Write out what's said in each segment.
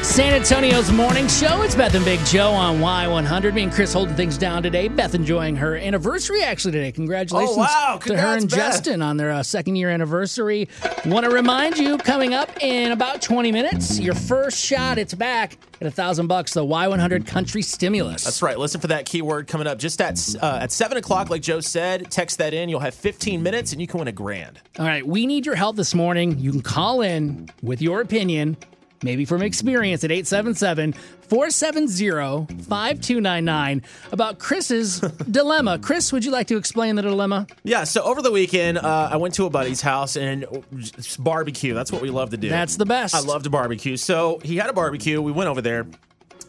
San Antonio's morning show. It's Beth and Big Joe on Y100. Me and Chris holding things down today. Beth enjoying her anniversary actually today. Congratulations Oh, wow. to her Congrats, and Beth. Justin on their uh, second year anniversary. Want to remind you, coming up in about 20 minutes, your first shot, it's back at a thousand bucks, the Y100 Country Stimulus. That's right. Listen for that keyword coming up just at uh, at seven o'clock, like Joe said. Text that in. You'll have 15 minutes, and you can win a grand. All right, we need your help this morning. You can call in with your opinion, maybe from experience, at 877 470 5299 about Chris's dilemma. Chris, would you like to explain the dilemma? Yeah. So over the weekend, uh, I went to a buddy's house and it's barbecue. That's what we love to do. That's the best. I loved barbecue. So he had a barbecue. We went over there,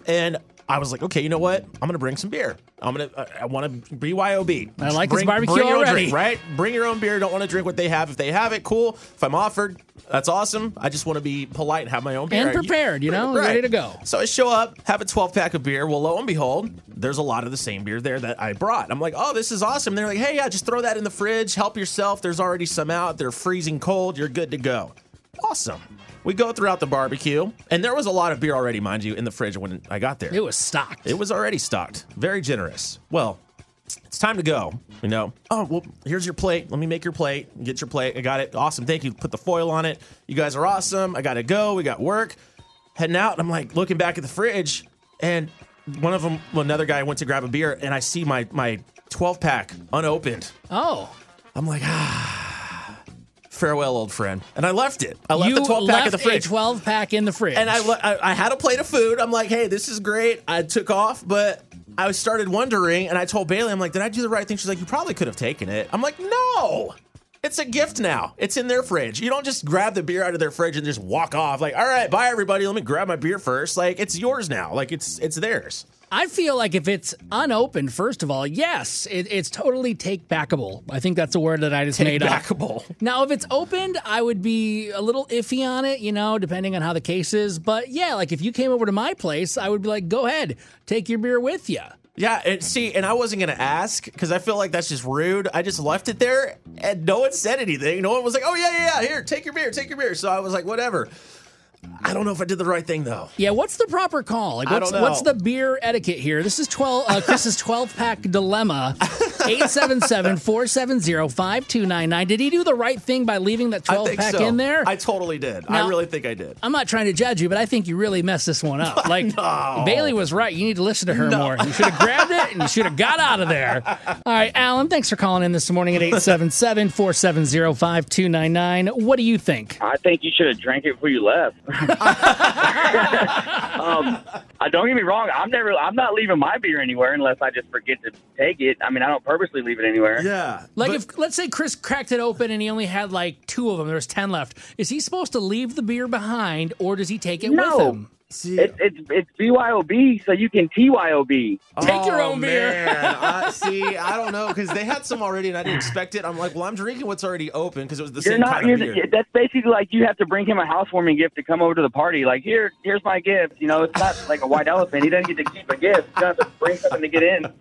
and I was like, okay, you know what? I'm gonna bring some beer. I'm gonna. uh, I, I want to BYOB. I like this bring, barbecue bring your own already. drink, right? Bring your own beer. Don't want to drink what they have. If they have it, cool. If I'm offered, that's awesome. I just want to be polite and have my own beer. And prepared, you know, ready to go. So I show up, have a 12 pack of beer. Well, lo and behold, there's a lot of the same beer there that I brought. I'm like, oh, this is awesome. They're like, hey, yeah, just throw that in the fridge. Help yourself. There's already some out. They're freezing cold. You're good to go. Awesome. We go throughout the barbecue, and there was a lot of beer already, mind you, in the fridge when I got there. It was stocked. It was already stocked. Very generous. Well, it's time to go. You know, oh, well, here's your plate. Let me make your plate. Get your plate. I got it. Awesome. Thank you. Put the foil on it. You guys are awesome. I got to go. We got work. Heading out. And I'm like looking back at the fridge, and one of them, well, another guy went to grab a beer, and I see my my 12 pack unopened. oh, I'm like, ah. Farewell, old friend. And I left it. I left you the 12 left pack in the fridge. a 12 pack in the fridge. And I, le- I, I had a plate of food. I'm like, hey, this is great. I took off, but I started wondering, and I told Bailey, I'm like, did I do the right thing? She's like, you probably could have taken it. I'm like, no. It's a gift now. It's in their fridge. You don't just grab the beer out of their fridge and just walk off. Like, all right, bye everybody. Let me grab my beer first. Like, it's yours now. Like, it's it's theirs. I feel like if it's unopened, first of all, yes, it, it's totally take backable. I think that's a word that I just made up. Backable. Now, if it's opened, I would be a little iffy on it, you know, depending on how the case is. But yeah, like if you came over to my place, I would be like, go ahead, take your beer with you. Yeah, and see, and I wasn't gonna ask because I feel like that's just rude. I just left it there, and no one said anything. No one was like, "Oh yeah, yeah, yeah, here, take your beer, take your beer." So I was like, "Whatever." I don't know if I did the right thing though. Yeah, what's the proper call? Like, I what's, don't know. what's the beer etiquette here? This is 12, uh, Chris's 12 pack dilemma 877 470 5299. Did he do the right thing by leaving that I 12 think pack so. in there? I totally did. Now- I really think I did. I'm not trying to judge you, but I think you really messed this one up. Like Bailey was right. You need to listen to her more. You should have grabbed it and you should have got out of there. All right, Alan, thanks for calling in this morning at 877-470-5299. What do you think? I think you should have drank it before you left. um, I- don't get me wrong. I'm never. I'm not leaving my beer anywhere unless I just forget to take it. I mean, I don't purposely leave it anywhere. Yeah, Like but- if let's say Chris cracked it open and he only had like two of them, there was 10 left. Is he supposed to leave the beer behind or does he take it with No. him? see, It's it's it's BYOB, so you can TYOB. Take your oh, own beer. man. I, see, I don't know because they had some already, and I didn't expect it. I'm like, well, I'm drinking what's already open because it was the You're same not. kind You're, of beer. that's basically like you have to bring him a housewarming gift to come over to the party. Like here, here's my gift. You know, it's not like a white elephant. He doesn't get to keep a gift. You have to bring something to get in.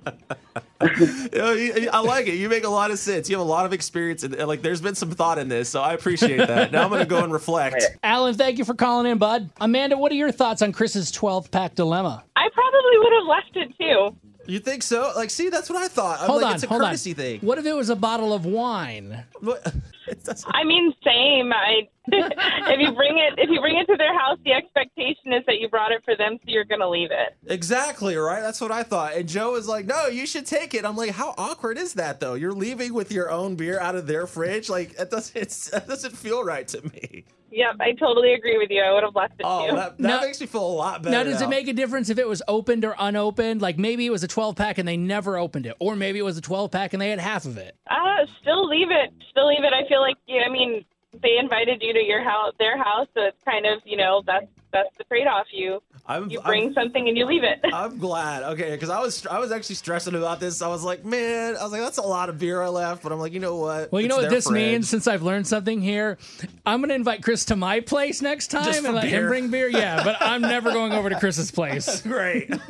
Yeah, you- you- I like it. You make a lot of sense. You have a lot of experience, and and, like, there's been some thought in this, so I appreciate that. Now I'm going to go and Oh, reflect. Alan, thank you for calling in, bud. Amanda, what are your thoughts on Chris's 12 pack dilemma? I probably would have left it too. You think so? Like, see, that's what I thought. I'm Hold like, on, it's a hold courtesy on. thing. What if it was a bottle of wine? What? It doesn't- I mean, same. I if you bring it if you bring it to their house, the expectation is that you brought it for them, so you're gonna leave it. exactly right. That's what I thought. And Joe is like, "No, you should take it." I'm like, "How awkward is that, though? You're leaving with your own beer out of their fridge. Like, it doesn't. It's, it doesn't feel right to me." Yep, I totally agree with you. I would have left it Oh, too. that, that Now- makes me feel a lot better. Now, does it make a difference if it was opened or unopened? Like maybe it was a 12 pack and they never opened it, or maybe it was a 12 pack and they had half of it. uh, still leave it. Still leave it. I feel like yeah, I mean, they invited you to your house, their house, so it's kind of you know that's that's the trade off. You I'm, you bring I'm- something and you leave it. I'm glad. Okay, because I was I was actually stressing about this. I was like, man, I was like, that's a lot of beer I left. But I'm like, you know what? Well, you It's know what their this fridge. means since I've learned something here? I'm going to invite Chris to my place next time Just for and let him beer. bring beer. Yeah, but I'm never going over to Chris's place. Great.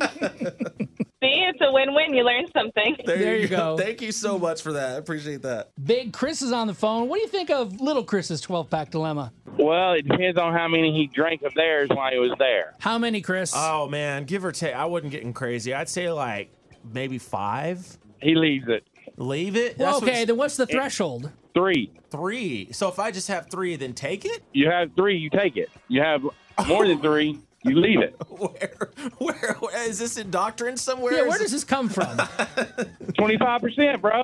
See, it's a a win-win. You learn something. There you go. Thank you so much for that. I appreciate that. Big Chris is on the phone. What do you think of Little Chris's 12 pack dilemma? Well, it depends on how many he drank of theirs while he was there. How many, Chris? Oh man, give or take. I wasn't getting crazy. I'd say like maybe five. He leaves it Leave it. Well, That's what okay, it's- then what's the threshold? three. three. So if I just have three, then take it. You have three, you take it. You have more than three, you leave it. Where? Where, where is this in doctrine somewhere? Yeah, where does Is this come from? Twenty five percent, bro.